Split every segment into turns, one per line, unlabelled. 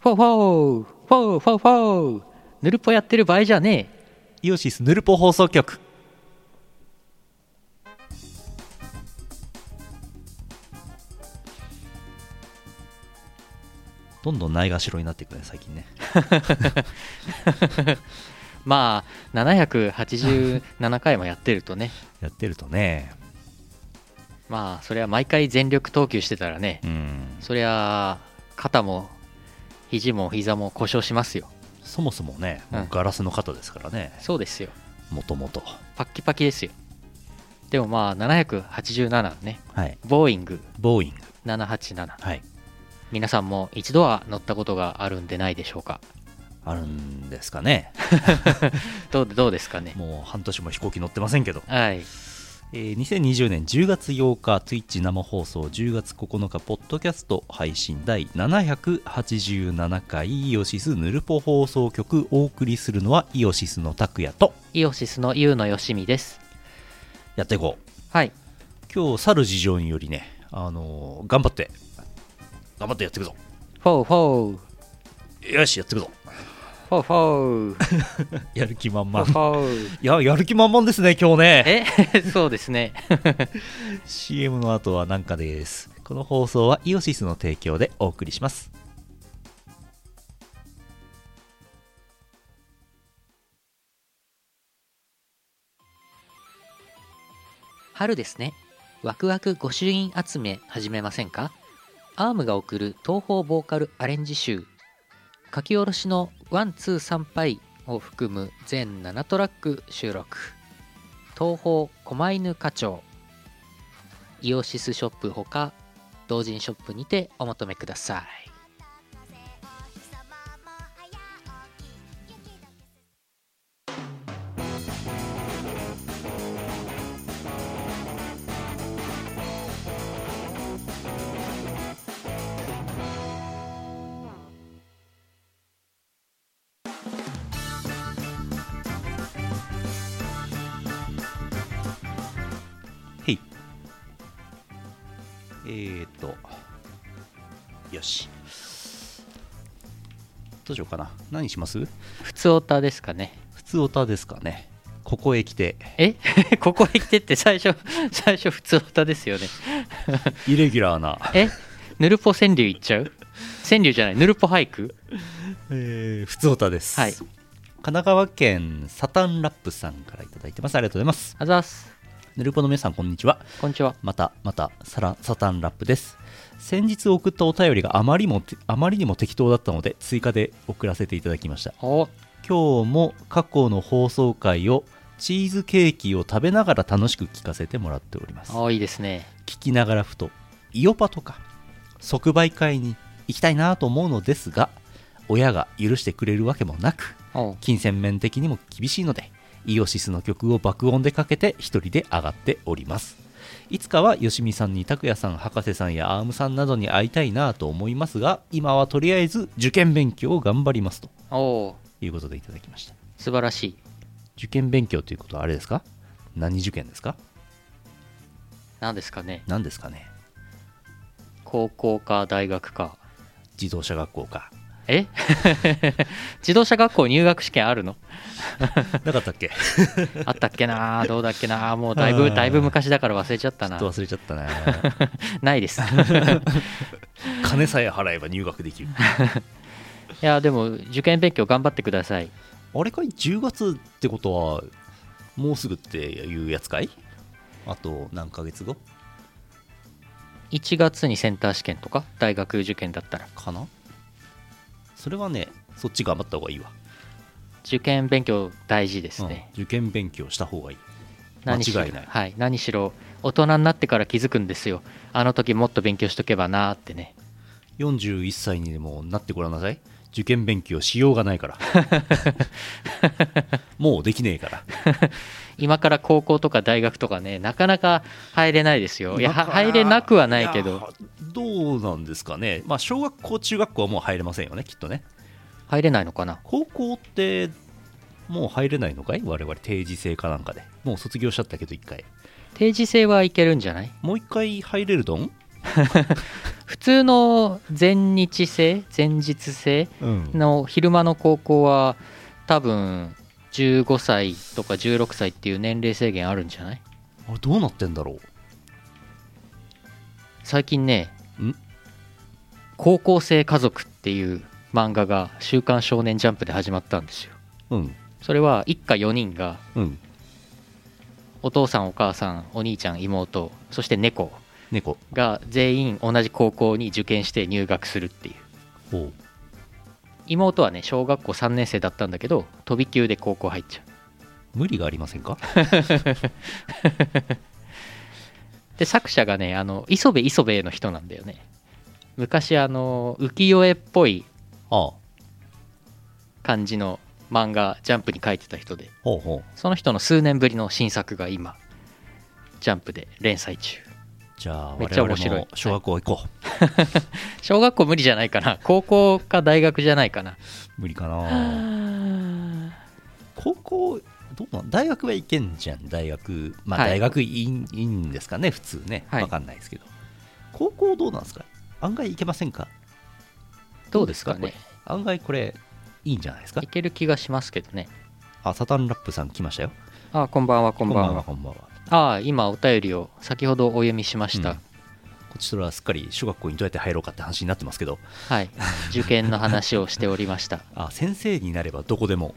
フォーフォーフォーフォーフォーぬるぽやってる場合じゃねえ
イオシスヌルポ放送局どんどんないがしろになっていくね最近ね
まあ787回もやってるとね
やってるとね
まあそれは毎回全力投球してたらね
うん
そりゃあ肩も肘も膝も故障しますよ
そもそもねもううんガラスの方ですからね
そうですよ
もともと
パッキパキですよでもまあ787ね
はい
ボーイング
ボーイング
787
はい
皆さんも一度は乗ったことがあるんでないでしょうか
あるんですかね
どうどうですかね
もう半年も飛行機乗ってませんけど
はい
えー2020年10月8日 Twitch 生放送10月9日ポッドキャスト配信第787回イオシスヌルポ放送局お送りするのはイオシスの拓也と
イオシスのユウのよしみです
やっていこう
はい
今日去る事情によりねあのー頑張って頑張ってやっていくぞ
フォーフォー
よしやっていくぞ
フォーフォーフ
やる気満
ォー
々
フ
い
ォー
ややる気満々ですね今日ね
え そうですね
CM の後はなんかですこの放送はイオシスの提供でお送りします
春ですねワクワク御朱印集め始めませんかアームが送る東方ボーカルアレンジ集書き下ろしの「ワンツー参拝」を含む全7トラック収録東方狛犬課長イオシスショップほか同人ショップにてお求めください
へい。えーと、よし。どうしようかな。何します
普通オタですかね
普通オタですかね。ここへ来て、
え ここへ来てって最初最初普通オタですよね
イレギュラーな、
えヌルポ川柳いっちゃう川柳じゃないヌルポ俳句
えー普通オタです。
はい
神奈川県サタンラップさんからいただいてます。ありがとうございます。
あざっす
ぬるぽの皆さん、こんにちは。
こんにちは
またまたサラサタンラップです先日送ったお便りがあまりもてあまりにも適当だったので追加で送らせていただきました
お
今日も過去の放送回をチーズケーキを食べながら楽しく聞かせてもらっております
おいいですね
聞きながらふとイオパとか即売会に行きたいなと思うのですが親が許してくれるわけもなく
おう
金銭面的にも厳しいのでイオシスの曲を爆音でかけて一人で上がっておりますいつかはよしみさんに拓也さん博士さんやアームさんなどに会いたいなと思いますが今はとりあえず受験勉強を頑張りますと
おう
いうことでいただきました
素晴らしい
受験勉強ということはあれですか何受験ですか
何ですかね
何ですかね
高校か大学か
自動車学校か
え 自動車学校入学試験あるの
なかったっけち
あったっけなどうだっけなもうだいぶ
あー
だいぶ昔だから忘れちゃった
ょっ
な
と忘れちゃったな
ないです い
金さえ払えば入学でき る
やでも受験勉強頑張ってください
あれかい10月ってことはもうすぐっていうやつかいあと何ヶ月後
1月にセンター試験とか大学受験だったら
かなそれはねそっち頑張った方がいいわ、
受験勉強大事です
うん
ね、
受験勉強した方がいい
何しろ
間違いない
はい、何しろ大人になってから気づくんですよあの時もっと勉強しとけばなーってね
41歳にでもなってごらんなさい受験勉強しようがないから もうできねえから
今から高校とか大学とかねなかなか入れないですよいや
だ
は
から
入れなくはないけど
やどうなんですかねまあ小学校中学校はもう入れませんよねきっとね
入れないのかな
高校ってもう入れないのかい我々定時制かなんかでもう卒業しちゃったけど一回
定時制はいけるんじゃない
もう一回入れるどん
普通の前日制前日制
うん
の昼間の高校は多分15歳とか16歳っていう年齢制限あるんじゃない
あれどうなってんだろ
最近ね
ん
「高校生家族」っていう漫画が「週刊少年ジャンプ」で始まったんですよ
ううん
それは一家4人が
うん
お父さんお母さんお兄ちゃん妹そして猫
猫
が全員同じ高校に受験して入学するっていう
ほ
妹はね小学校3年生だったんだけど飛び級で高校入っちゃう
う無理がありませんか
で作者がねあの磯部磯部の人なんだよね昔あの浮世絵っぽい
ああ
感じの漫画ジャンプに書いてた人で
ほうほう
その人の数年ぶりの新作が今ジャンプで連載中
じゃあ
めっちゃ
我
面
々
白い
も小学校行こう、
小学校無理じゃないかな高校か大学じゃないかな
無理かな高校どうなん大学は行けんじゃん大学まあ
はい
大学いい,、い、いんですかね普通ね
はい
わかんないですけど、高校どうなんですか案外行けませんか
どうですか
こ
ね
れ案外これいいんじゃないですか
いける気がしますけどね
あサタンラップさん来ましたよ
あこんばんはこんばんは
こんばんはこんばんは
ああ今お便りを先ほどお読みしました、
うんこちとらはすっかり小学校にどうやって入ろうかって話になってますけど
はい受験の話をしておりま した
あ先生になればどこでも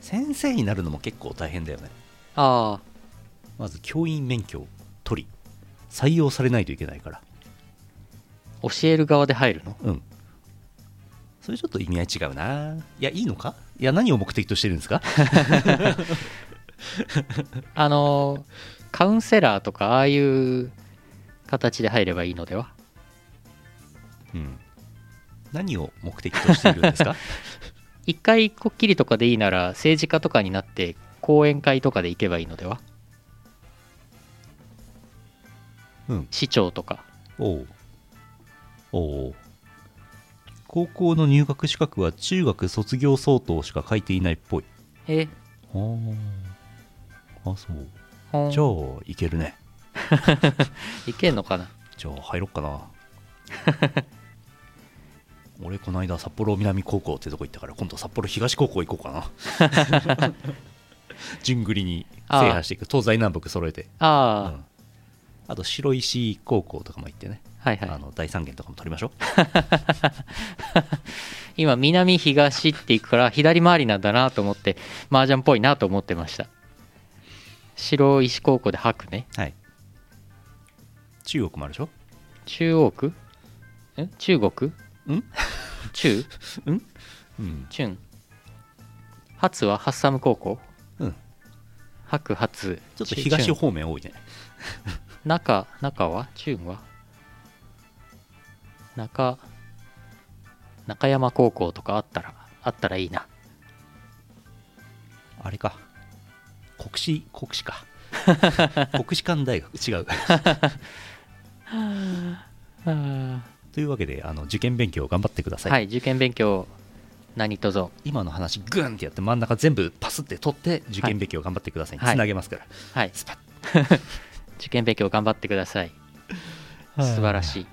先生になるのも結構大変だよね
ああ
まず教員免許を取り採用されないといけないから
教える側で入るの
うんそれちょっと意味合い違うないやいいのかいや何を目的としてるんですか
あのカウンセラーとかああいう形で入ればいいのでは
うん何を目的としているんですか
一回こっきりとかでいいなら政治家とかになって講演会とかで行けばいいのでは
うん
市長とか
おうおう高校の入学資格は中学卒業相当しか書いていないっぽい
え
ああそう
ほん
じゃあいけるね
いけんのかな
じゃあ入ろっかな 俺この間札幌南高校ってとこ行ったから今度札幌東高校行こうかな 順繰りに制覇していく東西南北揃えて
あ
あ,、
あ、
うん、あと白石高校とかも行ってね、
はいは
あ
い
の第三元とかも取りましょう
今南東って行くから左回りなんだなと思って麻雀っぽいなと思ってました白石高校で白ね
はい中国もあるでしょ
中央区ん中国
ん
中
うん
チュン初はハッサム高校
うん
白初
ちょっと東方面多いね
中中はチュンは中中山高校とかあったらあったらいいな
あれか国士国士か 国士舘大学違う というわけであの受験勉強頑張ってください、
はい受験勉強何とぞ
今の話グンってやって真ん中全部パスって取って受験勉強頑張ってください、
はい
つなげますから、
はい
スパッ
受験勉強頑張ってください素晴らしいい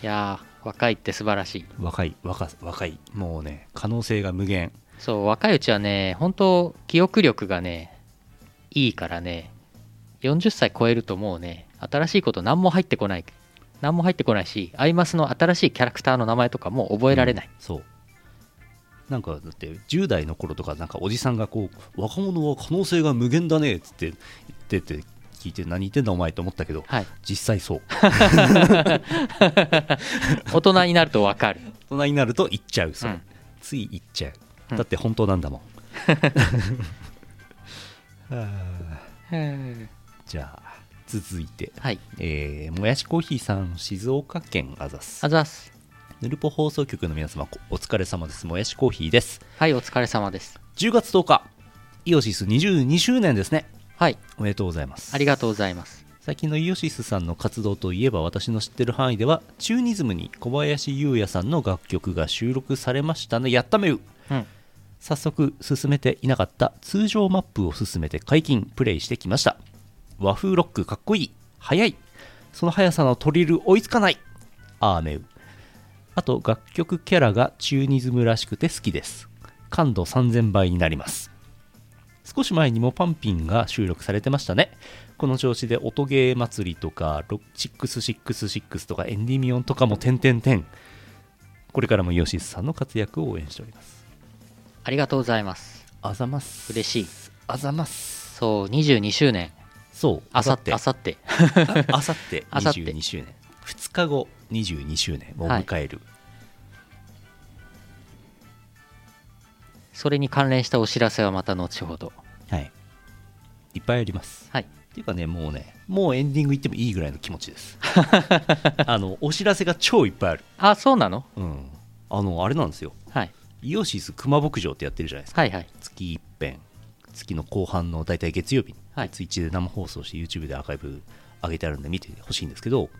やー若いって素晴らしい
若い若若いもうね可能性が無限
そう若いうちはね本当記憶力がねいいからね40歳超えるともうね新しいこと何も入ってこない何も入ってこないしアイマスの新しいキャラクターの名前とかもう覚えられない、
うんそうなんかだって10代の頃とかなんかおじさんがこう若者は可能性が無限だねっつって言ってて聞いて何言ってんだお前と思ったけど
はい
実際そう
大人になるとわかる
大人になると言っちゃうそう、
うん
つい言っちゃう、
うん
だって本当な んだもん じゃあ続いて
はい
えーもやしコーヒーさん静岡県あざす
あざっす
ぬるぽ放送局の皆様こお疲れ様ですもやしコーヒーです
はいお疲れ様です
10月10日イオシス22周年ですね
はい
おめでとうございます
ありがとうございます
最近のイオシスさんの活動といえば私の知ってる範囲ではチューニズムに小林優也さんの楽曲が収録されましたねやっためう
うん
早速進めていなかった通常マップを進めて解禁プレイしてきました和風ロックかっこいい早いその速さのトリル追いつかないアーメウあと楽曲キャラがチューニズムらしくて好きです感度3000倍になります少し前にもパンピンが収録されてましたねこの調子で音ゲー祭りとかロ666とかエンディミオンとかも点々点これからもヨシスさんの活躍を応援しております
ありがとうございます
あざます
嬉しい
あざます
そう22周年
そう
あさって
て
あさって
あさって
あさって
22周年2日後22周年を迎える、
それに関連したお知らせはまた後ほど
はいい、っぱいあります
はい
っていうかねもうねもうエンディングいってもいいぐらいの気持ちです あのお知らせが超いっぱいある、
あそうなの、
うん、あのあれなんですよ
はい、
イオシス熊牧場ってやってるじゃないですか
はいはい
月一遍月の後半の大体月曜日に、
はい
ツイッチで生放送して YouTube でアーカイブ上げてあるんで見てほしいんですけど、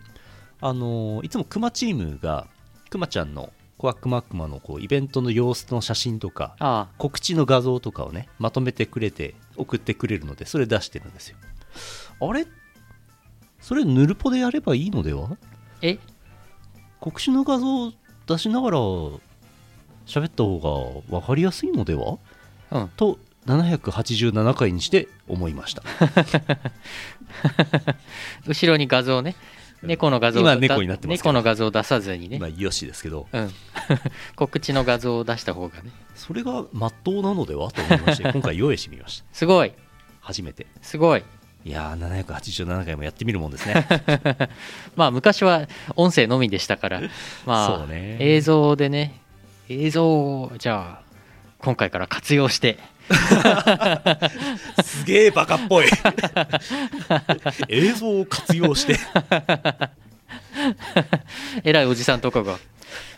あのーいつもクマチームがクマちゃんのコアクマクマのこうイベントの様子の写真とか
あ
告知の画像とかをねまとめてくれて送ってくれるのでそれ出してるんですよあれそれヌルポでやればいいのでは
あえ
告知の画像を出しながら喋った方が分かりやすいのでは
うん
と787回にして思いました
後ろに画像ね猫の画像を
今
だ
猫になってますけ
猫
ど
の画像を出さずにね、
今よしですけど
うん、 告知の画像を出した方がね
それがまっとうなのではと思いまして 今回用意してみました
すごい
初めて
すごい
いやー787回もやってみるもんですね
まあ昔は音声のみでしたからま
そ
あ、
うね
映像でね映像をじゃあ今回から活用して
すげえバカっぽい 映像を活用して
偉いおじさんとかが、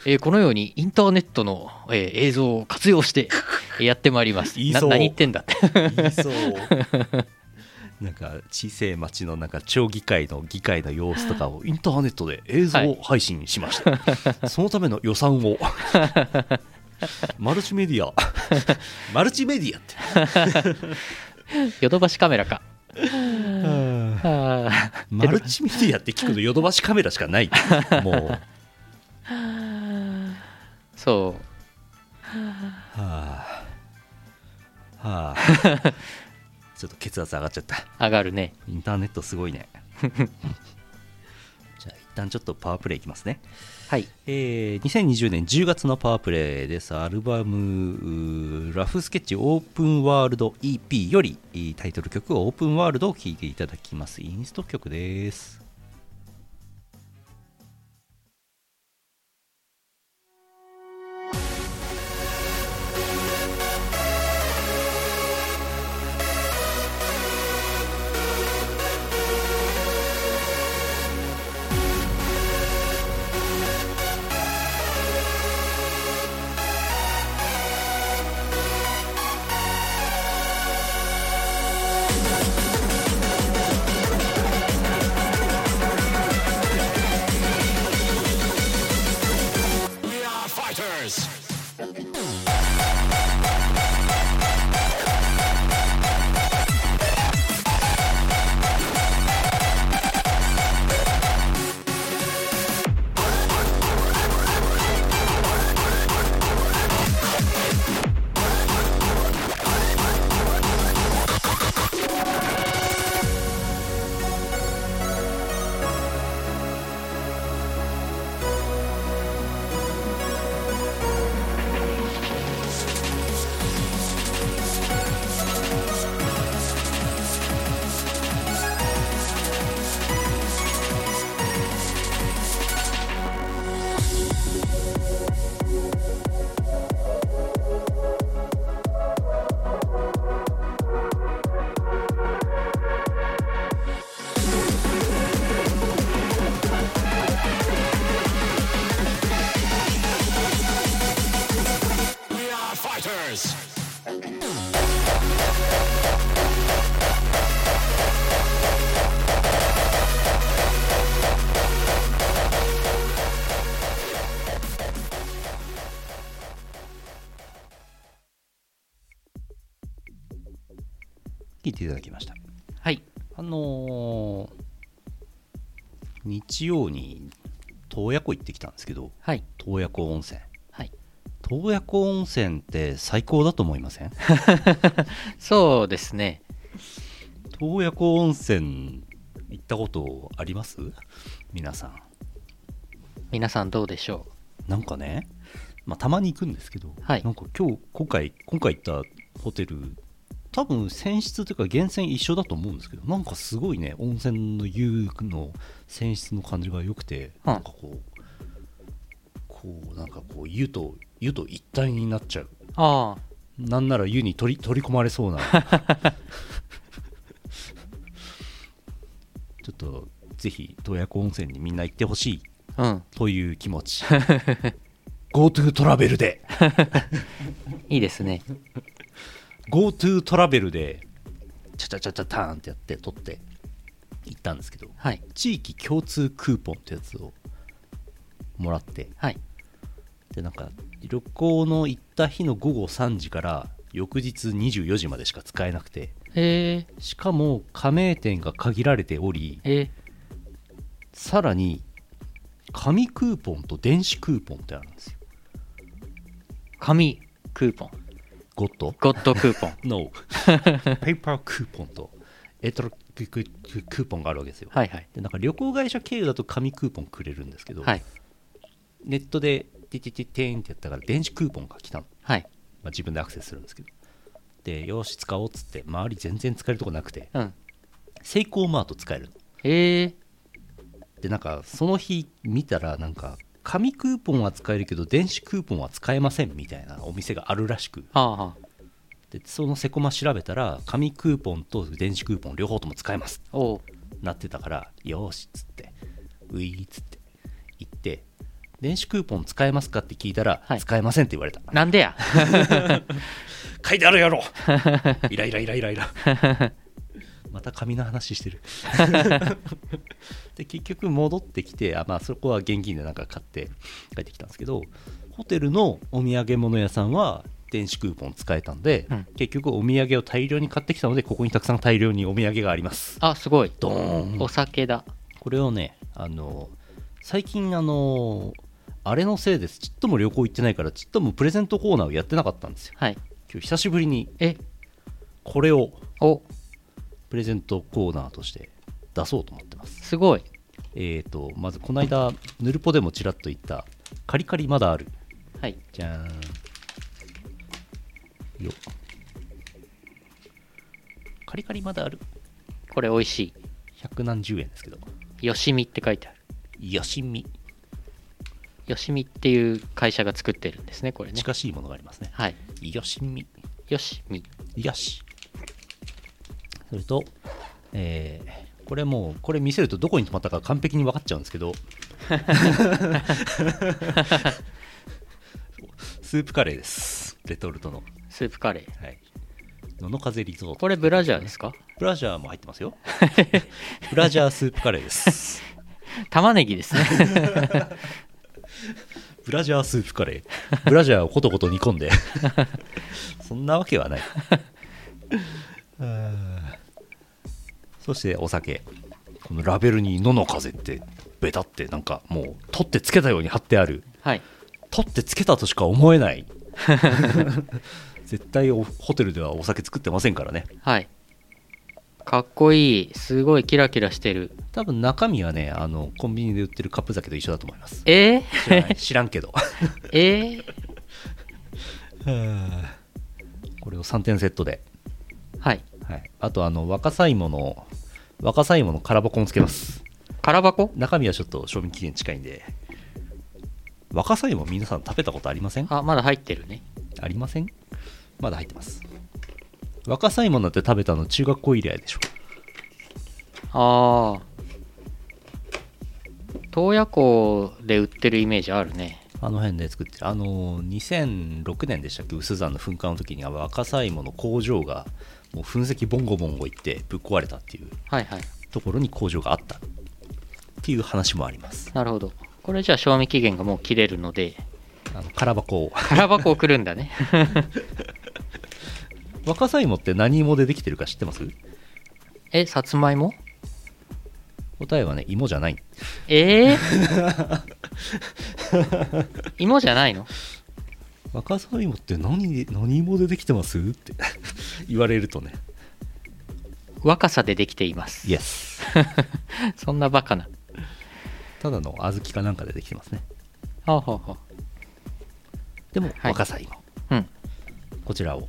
えーこのようにインターネットの、えー映像を活用してえーやってまいり ます
言い
な
そう
何言ってんだって
言いそうなんか小さい町のなんか町議会の議会の様子とかをインターネットで映像を配信しました、 そのための予算を マルチメディア マルチメディアって
ヨドバシカメラかあー
マルチメディアって聞くのヨドバシカメラしかないもうは
そう
あはあちょっと血圧上がっちゃった
上がるね
インターネットすごいねじゃあ一旦ちょっとパワープレイいきますね
はい
えー2020年10月のパワープレイです。アルバム、うーラフスケッチオープンワールド EP よりえータイトル曲オープンワールドを聴いていただきます。インスト曲です。
We are fighters.
聴いていただきました。
はい
あのー日曜に洞爺湖行ってきたんですけど
はい
洞爺湖温泉
はい
洞爺湖温泉って最高だと思いません
そうですね
洞爺湖温泉行ったことあります皆さん
皆さんどうでしょ
なんかね、まあ、たまに行くんですけど、
はい
なんか今日今回今回行ったホテル多分泉質というか源泉一緒だと思うんですけどなんかすごいね温泉の湯の泉質の感じが良くて、
うん
なんかこうこうなんかこう湯と湯と一体になっちゃう
うああ
なんなら湯に取り取り込まれそうな ちょっとぜひ洞爺湖温泉にみんな行ってほしい
うん、
という気持ち GoTo トラベルで
いいですね。
GoTo トラベルでチャチャチャチャターンってやって取って行ったんですけど
はい、
地域共通クーポンってやつをもらって
はい、
でなんか旅行の行った日の午後3時から翌日24時までしか使えなくて
えー、
しかも加盟店が限られており
え
さらに紙クーポンと電子クーポンってあるんですよ
ー、紙クーポン、
ゴッド
ゴッドクーポ ン。
No ペーパークーポンとエトロククククーポンがあるわけですよ、
はいはい。
でなんか旅行会社経由だと紙クーポンくれるんですけど、
はい、
ネットでティティティテーンってやったから電子クーポンが来たの、
はい。
まあ、自分でアクセスするんですけどでよーし使おうっつって周り全然使えるとこなくて
うん。
セイコーマート使えるの
えー、
でなんかその日見たらなんか紙クーポンは使えるけど電子クーポンは使えませんみたいなお店があるらしく
はあはあ。
でそのセコマ調べたら紙クーポンと電子クーポン両方とも使えます
おう
なってたからよーしっつってういーっつって行って電子クーポン使えますかって聞いたら、
はい
使えませんって言われた
なんでや
書いてあるやろ イライライライライラ また紙の話してる で結局戻ってきてあ、まあ、そこは現金でなんか買って帰ってきたんですけどホテルのお土産物屋さんは電子クーポン使えたんで、
うん
結局お土産を大量に買ってきたのでここにたくさん大量にお土産があります
あ、すごい。
ドーン
お酒だ。
これをねあの最近あのあれのせいですちっとも旅行行ってないからちっともプレゼントコーナーをやってなかったんですよ
はい。
今日久しぶりに
え、
これを
お、
プレゼントコーナーとして出そうと思ってます
すごい。
えーとまずこの間ヌルポでもちらっと言ったカリカリまだある
はい。
じゃーんよカリカリまだある
これ美味し
百何十円ですけど
い。よしみって書いてある。
ヤシミ
よしみっていう会社が作ってるんですね、これね。
近しいものがありますね
はい。
ヤシミ
よしみ。
よしそれと、えーこれもうこれ見せるとどこに泊まったか完璧に分かっちゃうんですけどスープカレーですレトルトの
スープカレー。
はいのの風リゾート
これブラジャーですか
ブラジャーも入ってますよブラジャースープカレーです
玉ねぎですね。
ブラジャースープカレーブラジャーをことこと煮込んでそんなわけはないあーそしてお酒このラベルに「のの風」ってベタってなんかもう取ってつけたように貼ってある
はい。
取ってつけたとしか思えない絶対おホテルではお酒作ってませんからね
はい。かっこいい。すごいキラキラしてる。
多分中身はねあのコンビニで売ってるカップ酒と一緒だと思います
え
知
ー、
らない知らんけど
えー、
これを3点セットで
はい。
はい、あとあの若さいもの若さいもの空箱もつけます
空箱
中身はちょっと賞味期限近いんで若さいも皆さん食べたことありませんあ
あ、まだ入ってるね。
りませんまだ入ってます若さいもなんて食べたの中学校以来でしょ
ああ。洞爺湖で売ってるイメージあるね。
あの辺で作ってるあの2006年でしたっけ薄山の噴火の時には若さいもの工場がもう噴石ボンゴボンゴ行ってぶっ壊れたっていう
はいはい。
ところに工場があったっていう話もあります
なるほど。これじゃあ賞味期限がもう切れるので、
あの空箱を
空箱をくるんだね。
若さ芋って何芋でできてるか知ってます
え、さつまいも
答えはね芋じゃない
ええ 芋じゃないの
若さ芋って何で何芋でできてますって 言われるとね
若さでできています。
イエス
そんなバカな。
ただの小豆かなんかでできてますね
ほうほうほう。
でも、
はい
若さ芋
うん。
こちらを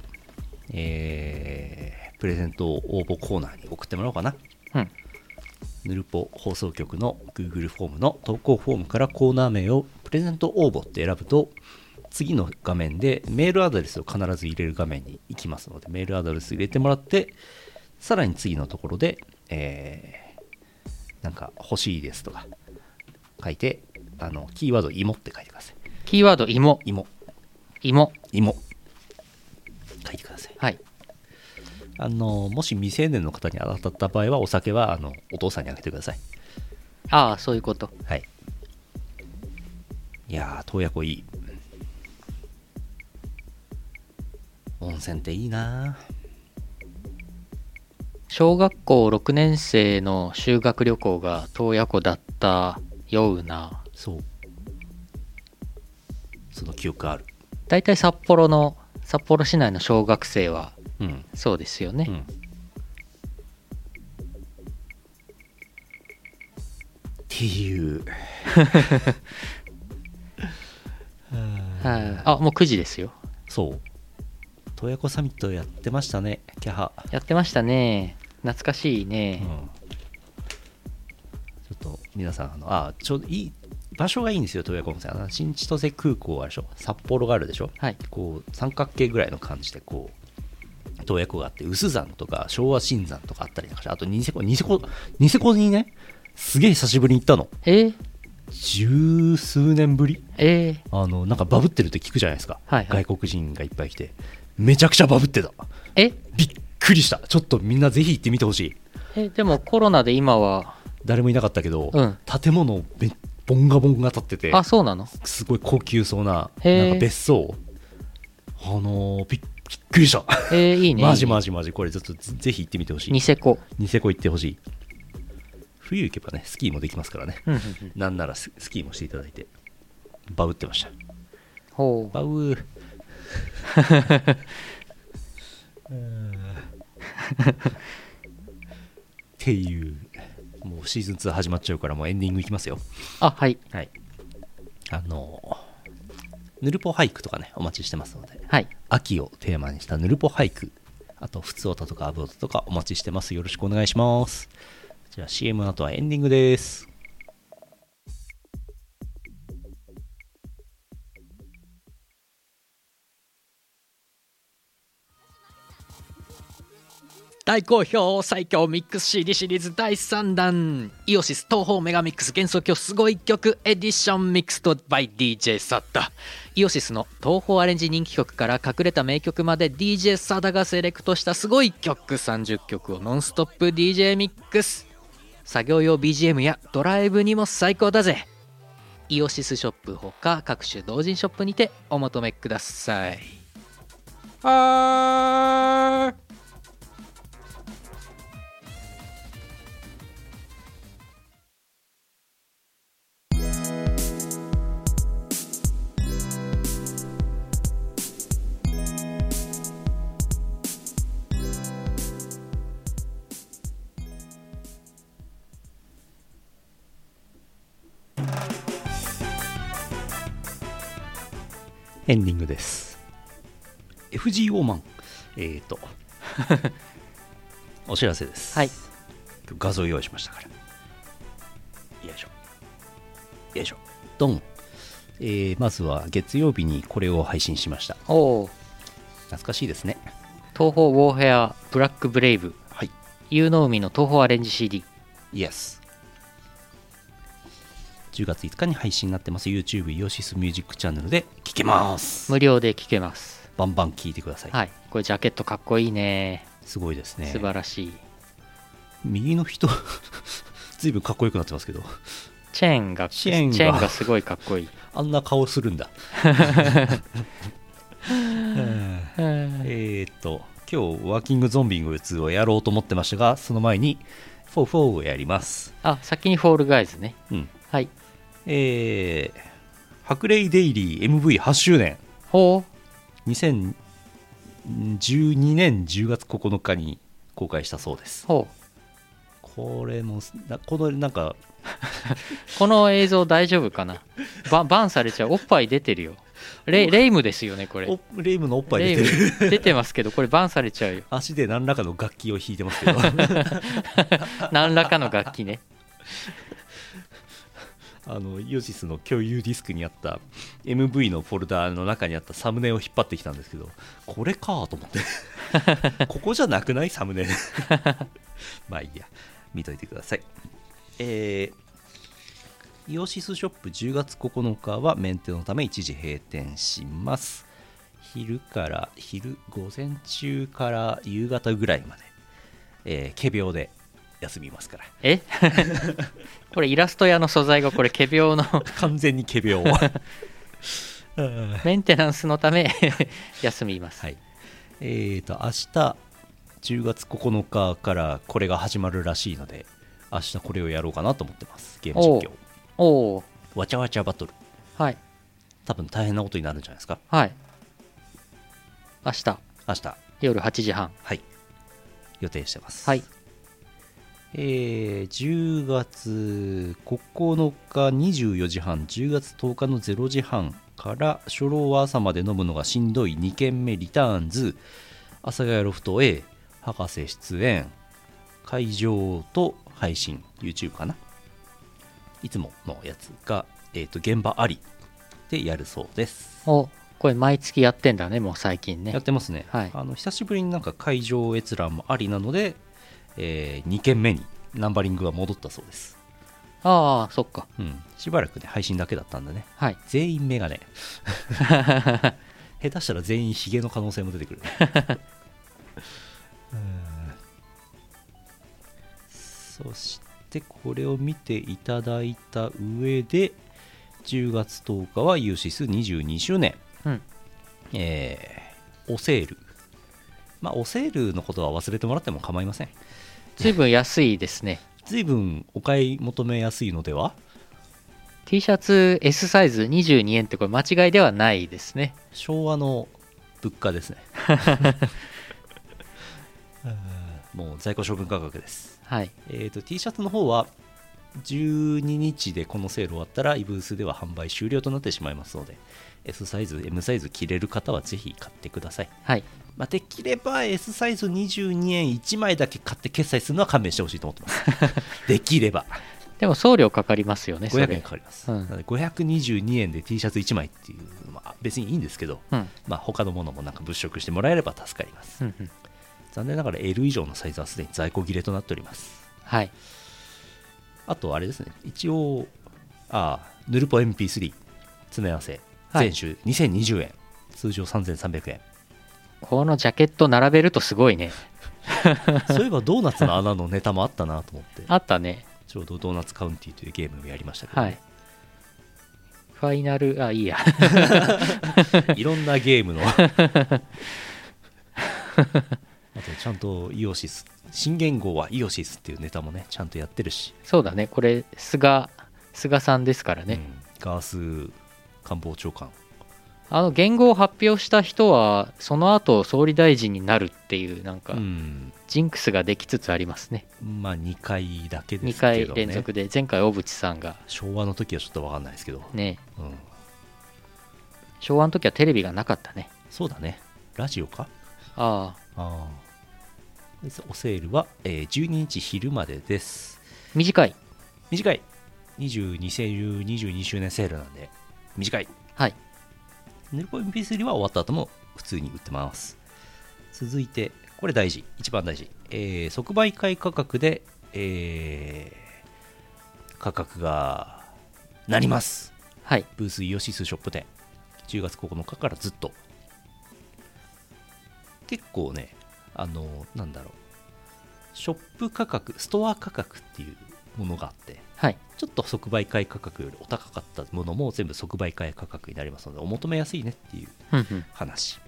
えープレゼント応募コーナーに送ってもらおうかな
うん。
ヌルポ放送局の Google フォームの投稿フォームからコーナー名をプレゼント応募って選ぶと次の画面でメールアドレスを必ず入れる画面に行きますのでメールアドレス入れてもらってさらに次のところで、えーなんか欲しいですとか書いてあのキーワード芋って書いてください
キーワード、芋。
芋
芋。
芋書いてください
はい。
あのもし未成年の方に当たった場合はお酒はあのお父さんにあげてください
ああ、そういうこと。
はい。いやー、洞爺湖いい。温泉っていいな
小学校6年生の修学旅行が洞爺湖だったような。
そう。その記憶ある。
大体札幌の、札幌市内の小学生は
うん。
そうですよね。
うん。って いう。
はい。あ、もう9時ですよ。
そう。洞爺湖サミットやってましたね、キャハ。
やってましたね。懐かしいね。
ちょっと皆さん、あのあちょうどいい場所がいいんですよ、洞爺湖温泉。あの新千歳空港あるでしょ、札幌があるでしょ、
はい
こう三角形ぐらいの感じで、こう、洞爺湖があって、薄山とか昭和新山とかあったりとかして、あとニセコ、ニセコ、ニセコにね、すげえ久しぶりに行ったの。
えー、
十数年ぶり
えー、
あの、なんかバブってるって聞くじゃないですか、
はいはい
外国人がいっぱい来て、めちゃくちゃバブってた。
え
びっくりした。ちょっとみんなぜひ行ってみてほしい。
え、でもコロナで今は、
誰もいなかったけど、
うん
建物めボンガボンが建ってて
あ、そうなの
すごい高級そうな
へー
なんか別荘あのーびっびっくりした
えー、いいね。
マジマ
ジ。
ジマジこれちょっとぜぜひ行ってみてほし
ニ
い
セコ。
ニセコ行ってほしい冬行けばねスキーもできますからね
うんうんうん
なんならススキーもしていただいてバウってました
ほう。
バ ウーっていうもうシーズン2始まっちゃうからもうエンディングいきますよ
あ、はい。
はいあのぬるぽ俳句とかねお待ちしてますので
はい。
秋をテーマにしたぬるぽ俳句あと普通歌とかアブ歌とかお待ちしてますよろしくお願いしますじゃあ CM の後はエンディングです
大好評最強ミックス CD シリーズ第3弾イオシス東方メガミックス幻想郷すごい曲エディションミックスと by DJ サダイオシスの東方アレンジ人気曲から隠れた名曲まで DJ サダがセレクトしたすごい曲30曲をノンストップ DJ ミックス作業用 BGM やドライブにも最高だぜイオシスショップほか各種同人ショップにてお求めくださいはー
エンディングです。FGO マン、えーと、 お知らせです。
はい。
今日画像用意しましたから。よいしょ。よいしょ。ドン。えーまずは月曜日にこれを配信しました。
おおー
懐かしいですね。
東方ウォーヘアブラックブレイブ
はい。
有能海の東方アレンジ CD
イエス。10月5日に配信になってます YouTube イオシスミュージックチャンネルで聴けます。
無料で聴けます
バンバン聴いてください。
はいこれジャケットかっこいいね
すごいですね。
素晴らしい
右の人 ずいぶんかっこよくなってますけど
チェーンが
チェーンが
すごいかっこいい
あんな顔するんだ えーっと今日ワーキングゾンビング2をやろうと思ってましたがその前に、フォーフォーをやります。
あ先にフォールガイズね
うん。
はい
えー、白麗デイリー MV8 周年。
ほう
2012年10月9日に公開したそうです。
ほう
これも、なこのなんか、
この映像大丈夫かなバンバンされちゃうおっぱい出てるよレイレイムですよねこれ
おレイムのおっぱい
レイ
出てる。
ム出てますけどこれバンされちゃうよ
足で何らかの楽器を弾いてますけ ど
何らかの楽器ね
あのヨシスの共有ディスクにあった MV のフォルダの中にあったサムネを引っ張ってきたんですけどこれかと思ってここじゃなくないサムネ まあいいや見といてくださいえーイオシスショップ10月9日はメンテのため一時閉店します昼から昼午前中から夕方ぐらいまで、えー、仮病で休みますから
え これイラスト屋の素材がこれ仮病の
完全に仮病 うん
メンテナンスのため 休みます、
はい。えーと、明日10月9日からこれが始まるらしいので、明日これをやろうかなと思ってます。ゲーム実況
お。おお
わちゃわちゃバトル。
はい
多分大変なことになるんじゃないですか。
はい明日
明日。
夜8時半
はい。予定してます。
はい。
えー、10月9日24時半、10月10日の0時半から、初老は朝まで飲むのがしんどい2軒目リターンズ、阿佐ヶ谷ロフト A、博士出演、会場と配信、YouTube かな。いつものやつが、えっ、と、現場ありでやるそうです。
おこれ毎月やってんだねもう最近
や
ね
ってますね。
はい
あの久しぶりになんか会場閲覧もありなので、え2軒目にナンバリングが戻ったそうです。
ああそっか
うん、しばらくね、配信だけだったんだね。
はい
全員メガネ。下手したら全員ヒゲの可能性も出てくる。うんそして、これを見ていただいた上で、10月10日はユーシス22周年。
うん
えー、おセール。まあ、おセールのことは忘れてもらっても構いません。
随分安いです ね
随分お買い求めやすいのでは
T シャツ S サイズ22円ってこれ間違いではないですね
昭和の物 価ですねもう在庫処分価格です、
はい
えー、と T シャツの方は12日でこのセール終わったらイブースでは販売終了となってしまいますので S サイズ M サイズ着れる方はぜひ買ってください、
はい
まあ、できれば S サイズ22円1枚だけ買って決済するのは勘弁してほしいと思ってます できれば
でも送料かかりますよねそれ
500円かかります、
うん
なので522円で T シャツ1枚っていうのは別にいいんですけど、
うん
まあ、他のものもなんか物色してもらえれば助かります
うんうん
残念ながら L 以上のサイズはすでに在庫切れとなっております
はい
あとあれですね一応ああヌルポ MP3 詰め合わせ
はい
全種2020円通常3300円
このジャケット並べるとすごいね
そういえばドーナツの穴のネタもあったなと思って
あったね
ちょうどドーナツカウンティというゲームをやりましたけど
は
ね、
いファイナルあいいや
いろんなゲ ームのあとちゃんとイオシス新元号はイオシスっていうネタもねちゃんとやってるし、
そうだねこれ菅菅さんですからね、
うんガース官房長官
あの言語を発表した人はその後総理大臣になるっていうなんか
うん
ジンクスができつつありますね、
まあ2回だけで
2
すけ
回
ど、ね、
連続で前回小渕さんが
昭和の時はちょっと分かんないですけど、
ね
うん、
昭和の時はテレビがなかったね
そうだねラジオか
ああ
ああでおセールは、えー12日昼までです
短い
短い22セール22周年セールなんで短い
はい
ヌルポ MP3 は終わった後も普通に売ってます。続いて、これ大事、一番大事。えー即売会価格で、えー価格がなります。
はい
ブースイオシスショップで10月9日からずっと。結構ね、あの、なんだろう、ショップ価格、ストア価格っていうものがあって、
はい
ちょっと即売会価格よりお高かったものも全部即売会価格になりますので、お求めやすいねっていう
うんうん
話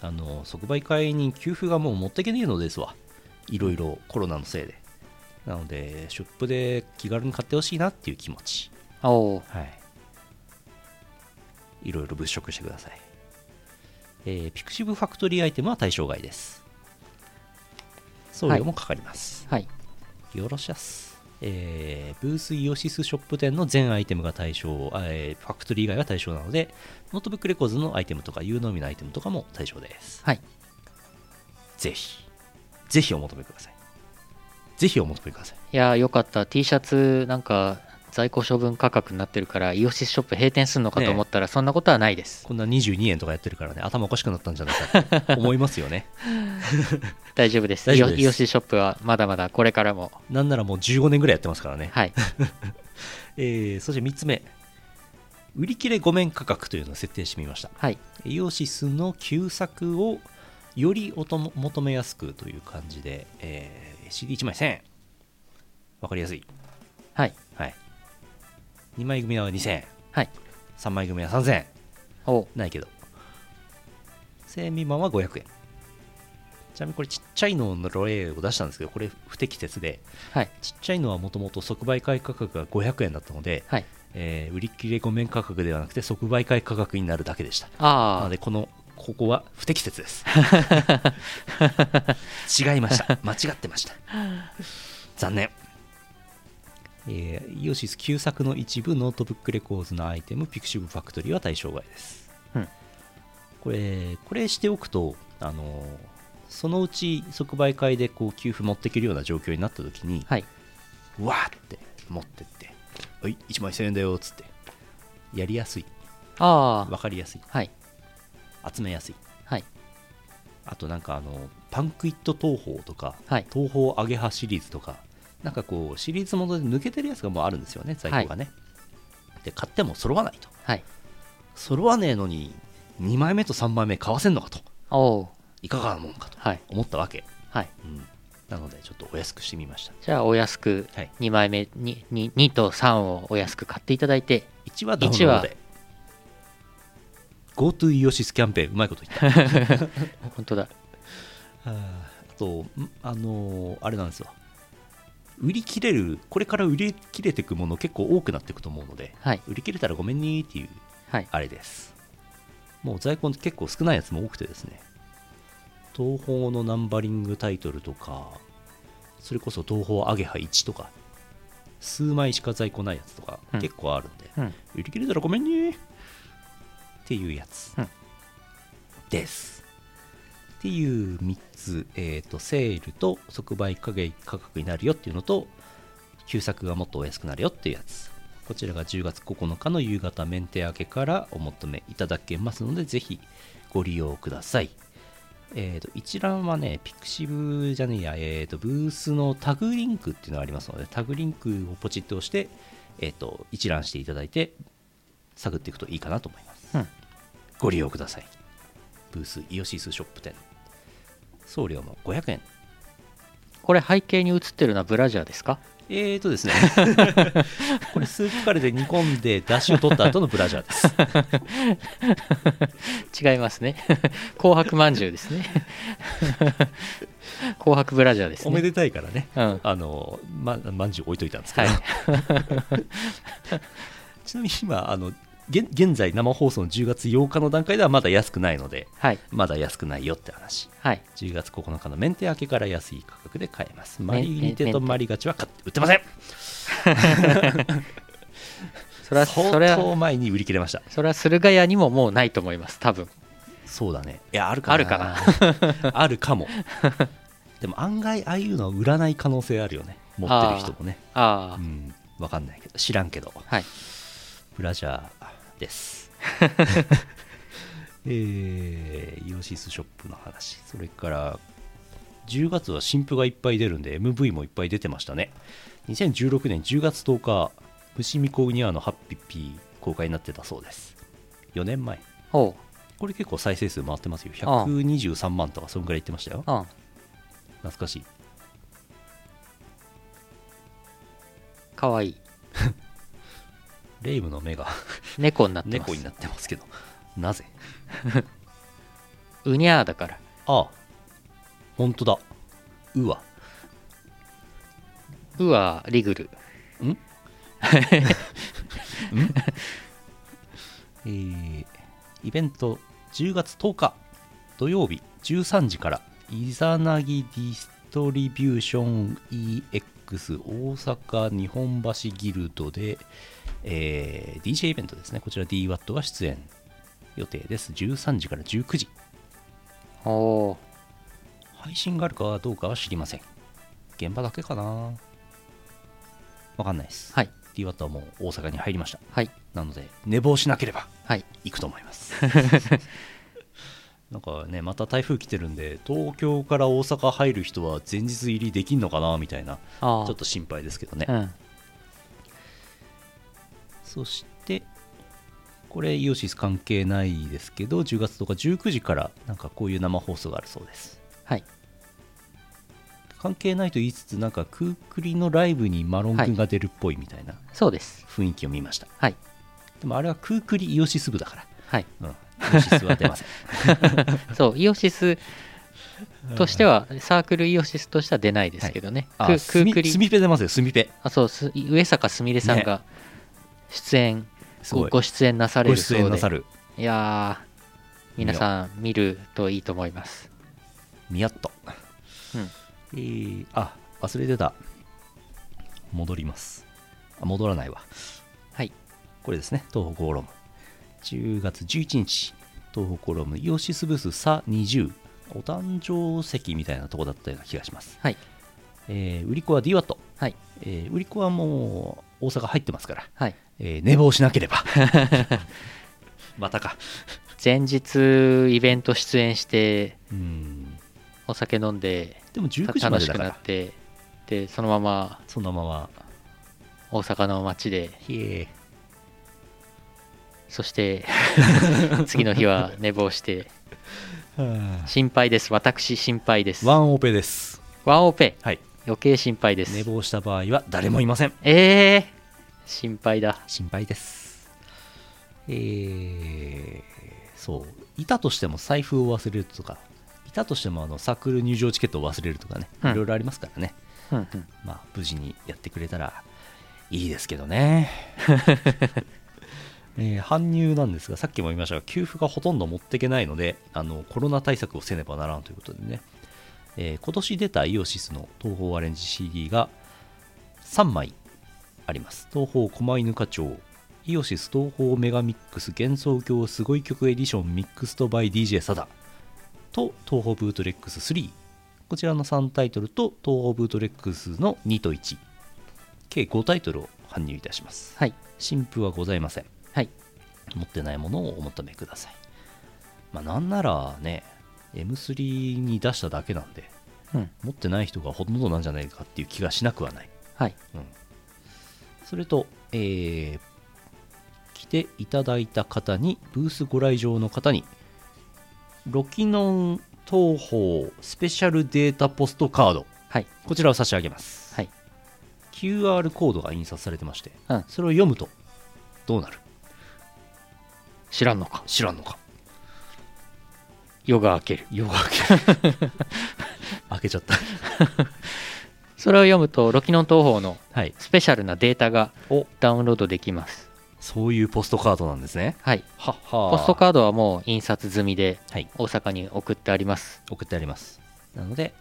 あの即売会に給付がもう持っていけねえのですわいろいろコロナのせいでなのでショップで気軽に買ってほしいなっていう気持ち
おー
はいいろいろ物色してください、えーピクシブファクトリーアイテムは対象外です送料もかかります、
はい
よろしやす。えーブースイオシスショップ店の全アイテムが対象、あえーファクトリー以外は対象なので、ノートブックレコーズのアイテムとか、有能みのアイテムとかも対象です。
はい
ぜひ、ぜひお求めください。ぜひお求めください。
いやーよかった T シャツなんか在庫処分価格になってるからイオシスショップ閉店するのかと思ったらそんなことはないです、
こんな22円とかやってるからね、頭おかしくなったんじゃないかと思いますよね。
大丈夫です
大丈夫です
イオイオシスショップはまだまだこれからも
なんならもう15年ぐらいやってますからね。
はい
えーそして3つ目、売り切れ御免価格というのを設定してみました。
はい
イオシスの旧作をよりおとも求めやすくという感じで、えー CD1 枚1000円わかりやすい、
はい
はい、2枚組は2000円、
はい、
3枚組は3000円
おう
ないけど1000円未満は500円ちなみにこれちっちゃいのの例を出したんですけどこれ不適切で
はい
ちっちゃいのはもともと即売会価格が500円だったので、
はい
えー売り切れ御免価格ではなくて即売会価格になるだけでしたなの
あ
でこのここは不適切です 違いました間違ってました残念えーイオシス旧作の一部ノートブックレコーズのアイテムピクシブファクトリーは対象外です、
うん
これこれしておくとあのーそのうち即売会でこう給付持っていけるような状況になった時に
あ、はい、
わーって持ってって「はい1枚1000円だよ」っつってやりやすい
ああ
分かりやすい
はい
集めやすい
はい
あとなんかあのパンクイット東宝とか、
はい
東宝アゲハシリーズとかなんかこうシリーズもので抜けてるやつがもうあるんですよね在庫がね、で買っても揃わないと
はい
揃わねえのに2枚目と3枚目買わせんのかと
おう
いかがなもんかと
はい
思ったわけ、
はい
うん、なのでちょっとお安くしてみました
じゃあお安く
はい
2枚目に 2, 2と3をお安く買っていただい て
1はダウンロードで GoTo イオシスキャンペーンうまいこと言った
本当だ
あと、んあのーあれなんですよ。売り切れる、これから売り切れていくもの結構多くなっていくと思うので、
はい
売り切れたらごめんねっていう、
はい
あれです。もう在庫結構少ないやつも多くてですね、東宝のナンバリングタイトルとか、それこそ東宝アゲハ1とか、数枚しか在庫ないやつとか
うん
結構あるんで、
うん
売り切れたらごめんねっていうやつ、
うん
ですっていう3つ、えー、とセールと即売価格価格になるよっていうのと旧作がもっとお安くなるよっていうやつこちらが10月9日の夕方メンテ明けからお求めいただけますのでぜひご利用くださいえー、と一覧はね、ピクシブじゃねえや、えー、とブースのタグリンクっていうのがありますので、タグリンクをポチッと押して、えー、と一覧していただいて、探っていくといいかなと思います。
うん
ご利用ください。ブースイオシスショップ店。送料も500円。
これ背景に映ってるのはブラジャーですか
えー とですね、これスープカレーで煮込んで、だしを取った後のブラジャ ーです。
違いますね 紅白まんじゅうですね 紅白ブラジャーですね
おめでたいからね、
うん
あの、ま、まんじゅう置いといたんですけ
は
ど、
い
ちなみに今あの現現在生放送の10月8日の段階ではまだ安くないので
はい
まだ安くないよって話
はい
10月9日のメンテ明けから安い価格で買えますマ
メン
リリテ
メンテ
とマリガチは買って売ってません
それはそれ
相当
は
前に売り切れました
それは駿河屋にももうないと思います多分
そうだねいやあるかな
あるかな
あるかもでも案外ああいうのは売らない可能性あるよね持ってる人もね
ああ、
うんわかんないけど知らんけど
はい
ブラジャー です。えーイオシスショップの話、それから10月は新譜がいっぱい出るんで、MV もいっぱい出てましたね。2016年10月10日、伏見コウニアのハッピーピー公開になってたそうです。4年前。
おう
これ結構再生数回ってますよ。
ああ
123万とか、そんぐらいいってましたよ。
うん
懐かしい。
かわいい
レイムの目が
猫になってます
猫になってますけど、 なぜ
うにゃーだから
ああ、本当だ。うわ。
ウアーリグル
えーイベント10月10日土曜日13時からイザナギディストリビューション EX 大阪日本橋ギルドで、えー DJ イベントですねこちら DWAT が出演予定です13時から19時
おお
配信があるかどうかは知りません現場だけかなわかんないです、
はい
DWAT はもう大阪に入りました
はい
なので寝坊しなければ
はい
行くと思います なんかねまた台風来てるんで東京から大阪入る人は前日入りできんのかなみたいな
ああ
ちょっと心配ですけどね、
うん
そしてこれイオシス関係ないですけど10月とか19時からなんかこういう生放送があるそうです
はい
関係ないと言いつつなんかクークリのライブにマロン君が出るっぽいみたいな
そうです
雰囲気を見ました、
はい
でもあれはクークリイオシス部だか
はい
ら、うん、イオシスは出ません
そうイオシス としてはサークルイオシスとしては出ないですけどね、
あ
くくークリ
スミペ出ますよスミペ
あそうす上坂すみれさんが出演、
す
ご
ごい
ご出演なされ
ご
るそ
出
うで
演なさる
いやー皆さん見るといいと思います
ニヤッと、
うん
えーあ忘れてた戻りますあ戻らないわ
はい
これですね東北コロム10月11日東北コロムイオシスブースサ20お誕生席みたいなとこだったような気がします、
はい
えー売り子は DWAT、
はい
えー売り子はもう大阪入ってますから、
はい
えー寝坊しな ければまたか
前日イベント出演して
うん
お酒飲んで
でも19時ま
楽
で
し
だ
く
か
な
ら
ってでそのまま
そのまま
大阪の街で
へえ
そして 次の日は寝坊して心配です私心配です
ワ
ワ
ンオペです。
ンオペ
はい。
余計心配です
寝坊した場合は誰もいません。
えー、心配だ
心配です。えー、そう。いたとしても財布を忘れるとか、いたとしてもあのサークル入場チケットを忘れるとかね、
うん
いろいろありますからね。
うんうん
まあ、無事にやってくれたらいいですけどね。えー搬入なんですが、さっきも言いましたが、給付がほとんど持っていけないのであの、コロナ対策をせねばならんということでね、えー今年出たイオシスの東宝アレンジ CD が3枚あります。東宝狛犬課長、イオシス東宝メガミックス幻想郷すごい曲エディションミックストバイ DJ サダと東宝ブートレックス3こちらの3タイトルと東宝ブートレックスの2と1計5タイトルを搬入いたします
はい
新譜はございません
はい
持ってないものをお求めくださいまあなんならね M3 に出しただけなんで
うん
持ってない人がほとんどなんじゃないかっていう気がしなくはない
はい
それと、えー来ていただいた方に、ブースご来場の方に、ロキノン東宝スペシャルデータポストカード、
はい
こちらを差し上げます。
はい
QR コードが印刷されてまして、
うん
それを読むと、どうなる
知らんのか
知らんのか。
夜が明ける
夜が明け開けちゃった。
それを読むとロキノン東宝の
はい。
スペシャルなデータが
お
ダウンロードできます
そういうポストカードなんですね。
はい
はっは
ポストカードはもう印刷済みで
はい。
大阪に送ってあります
送ってありますなので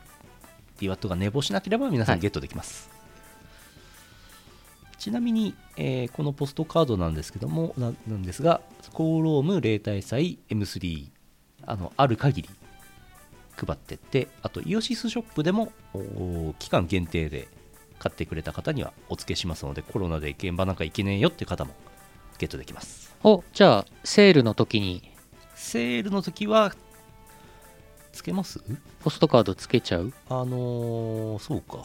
DWAT が寝坊しなければ皆さ
は
ん
い
ゲットできます、ちなみに、えーこのポストカードなんですけどもななんですがコーローム例大祭 M3 あのある限り配ってってあとイオシスショップでもお期間限定で買ってくれた方にはお付けしますのでコロナで現場なんか行けねえよって方もゲットできます
おじゃあセールの時に
セールの時はつけます
ポストカードつけちゃう
あのー、そうか。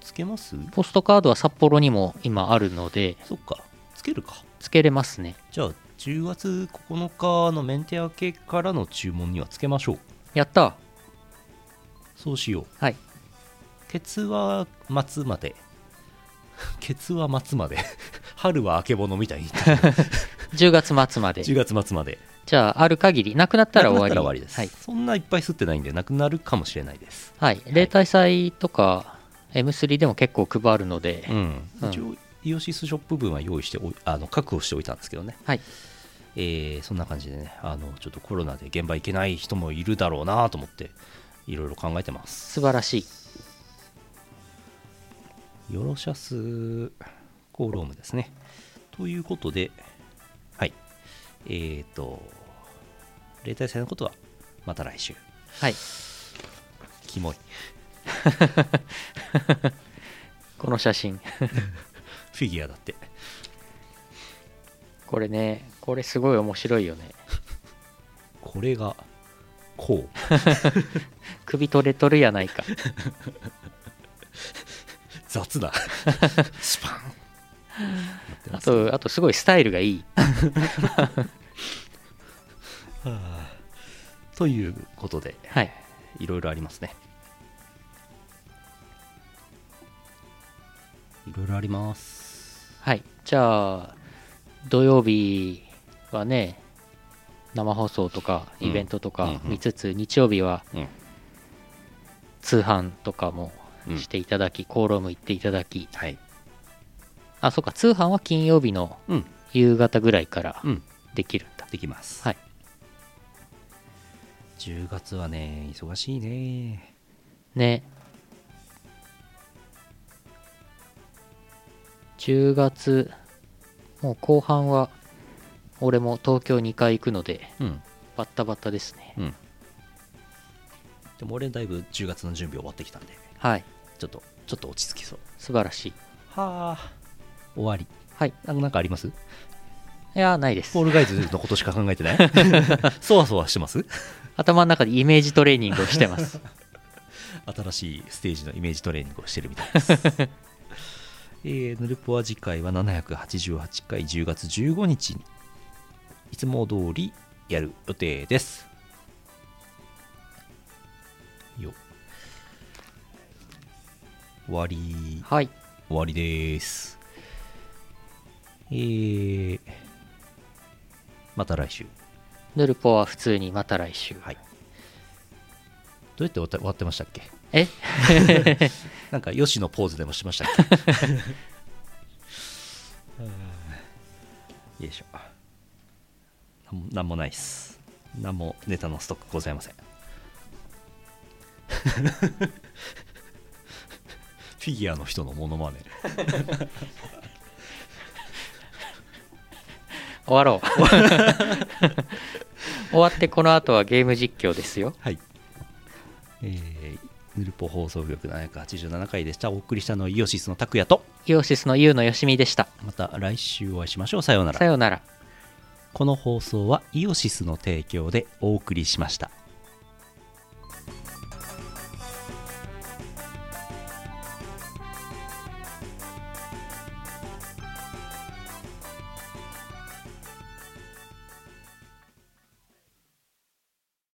つけます
ポストカードは札幌にも今あるので
そっか。つけるか。
つけれますね
じゃあ、10月9日のメンテ明けからの注文にはつけましょう。
やった
そうしよう。
はい
ケツは末まで。 ケツは末まで。 春はあけぼのみたいに。
10月末まで
10月末まで。
じゃあある限りなくなったら終わり
なくなったら終わりです、
はい、
そんないっぱい吸ってないんで、なくなるかもしれないです。
はい、例大祭とか、 M3 でも結構配るので、
うん
うん
一応イオシスショップ分は用意しておいあの確保しておいたんですけどね、
はい
えーそんな感じでねあのちょっとコロナで現場行けない人もいるだろうなと思っていろいろ考えてます
素晴らしい
よろしゃすコールームですねということではいえーと例大祭のことはまた来週
はい
キモい
この写真
フィギュアだって
これねこれすごい面白いよね
これがこう
首取れとるやないか
雑だスパン
あとあとすごいスタイルがいい
はあということで
はい
いろいろありますねいろいろあります
はいじゃあ土曜日はね生放送とかイベントとか見つつ、日曜日は
うん
通販とかも
うん
していただき、コーローム行っていただき
はい
あそうか通販は金曜日の
うん
夕方ぐらいから
うん
できるんだ、
できます
はい
10月はね忙しいね
ね10月もう後半は俺も東京2回行くので
うん
バッタバタですね
うんでも俺だいぶ10月の準備終わってきたんで
はい
ちょっとちょっと落ち着きそう
素晴らしい
はあ終わり
はい
あなんかあります
いやーないです
ポールガイズのことしか考えてない そわそわしてます
頭の中でイメージトレーニングをしてます
新しいステージのイメージトレーニングをしてるみたいです。 えー、ヌルポは次回は788回10月15日にいつも通りやる予定です。よ終わり、
はい
終わりです。えー、また来週。
ヌルポは普通にまた来週、
はい。どうやって終わった終わってましたっけ
え
なんか、よしのポーズでもしましたっけうん よいしょ。なんもなんもないっす。なんもネタのストックございま せん。フィギュアの人のモノマネ。
終わろう終わってこの後はゲーム実況ですよ
はい。えー、ヌルポ放送局787回でした。お送りしたのはイオシスの拓也と、
イオシスのユウのよしみでした
また来週お会いしましょう。さようなら
さ。ようなら
この放送はイオシスの提供でお送りしました。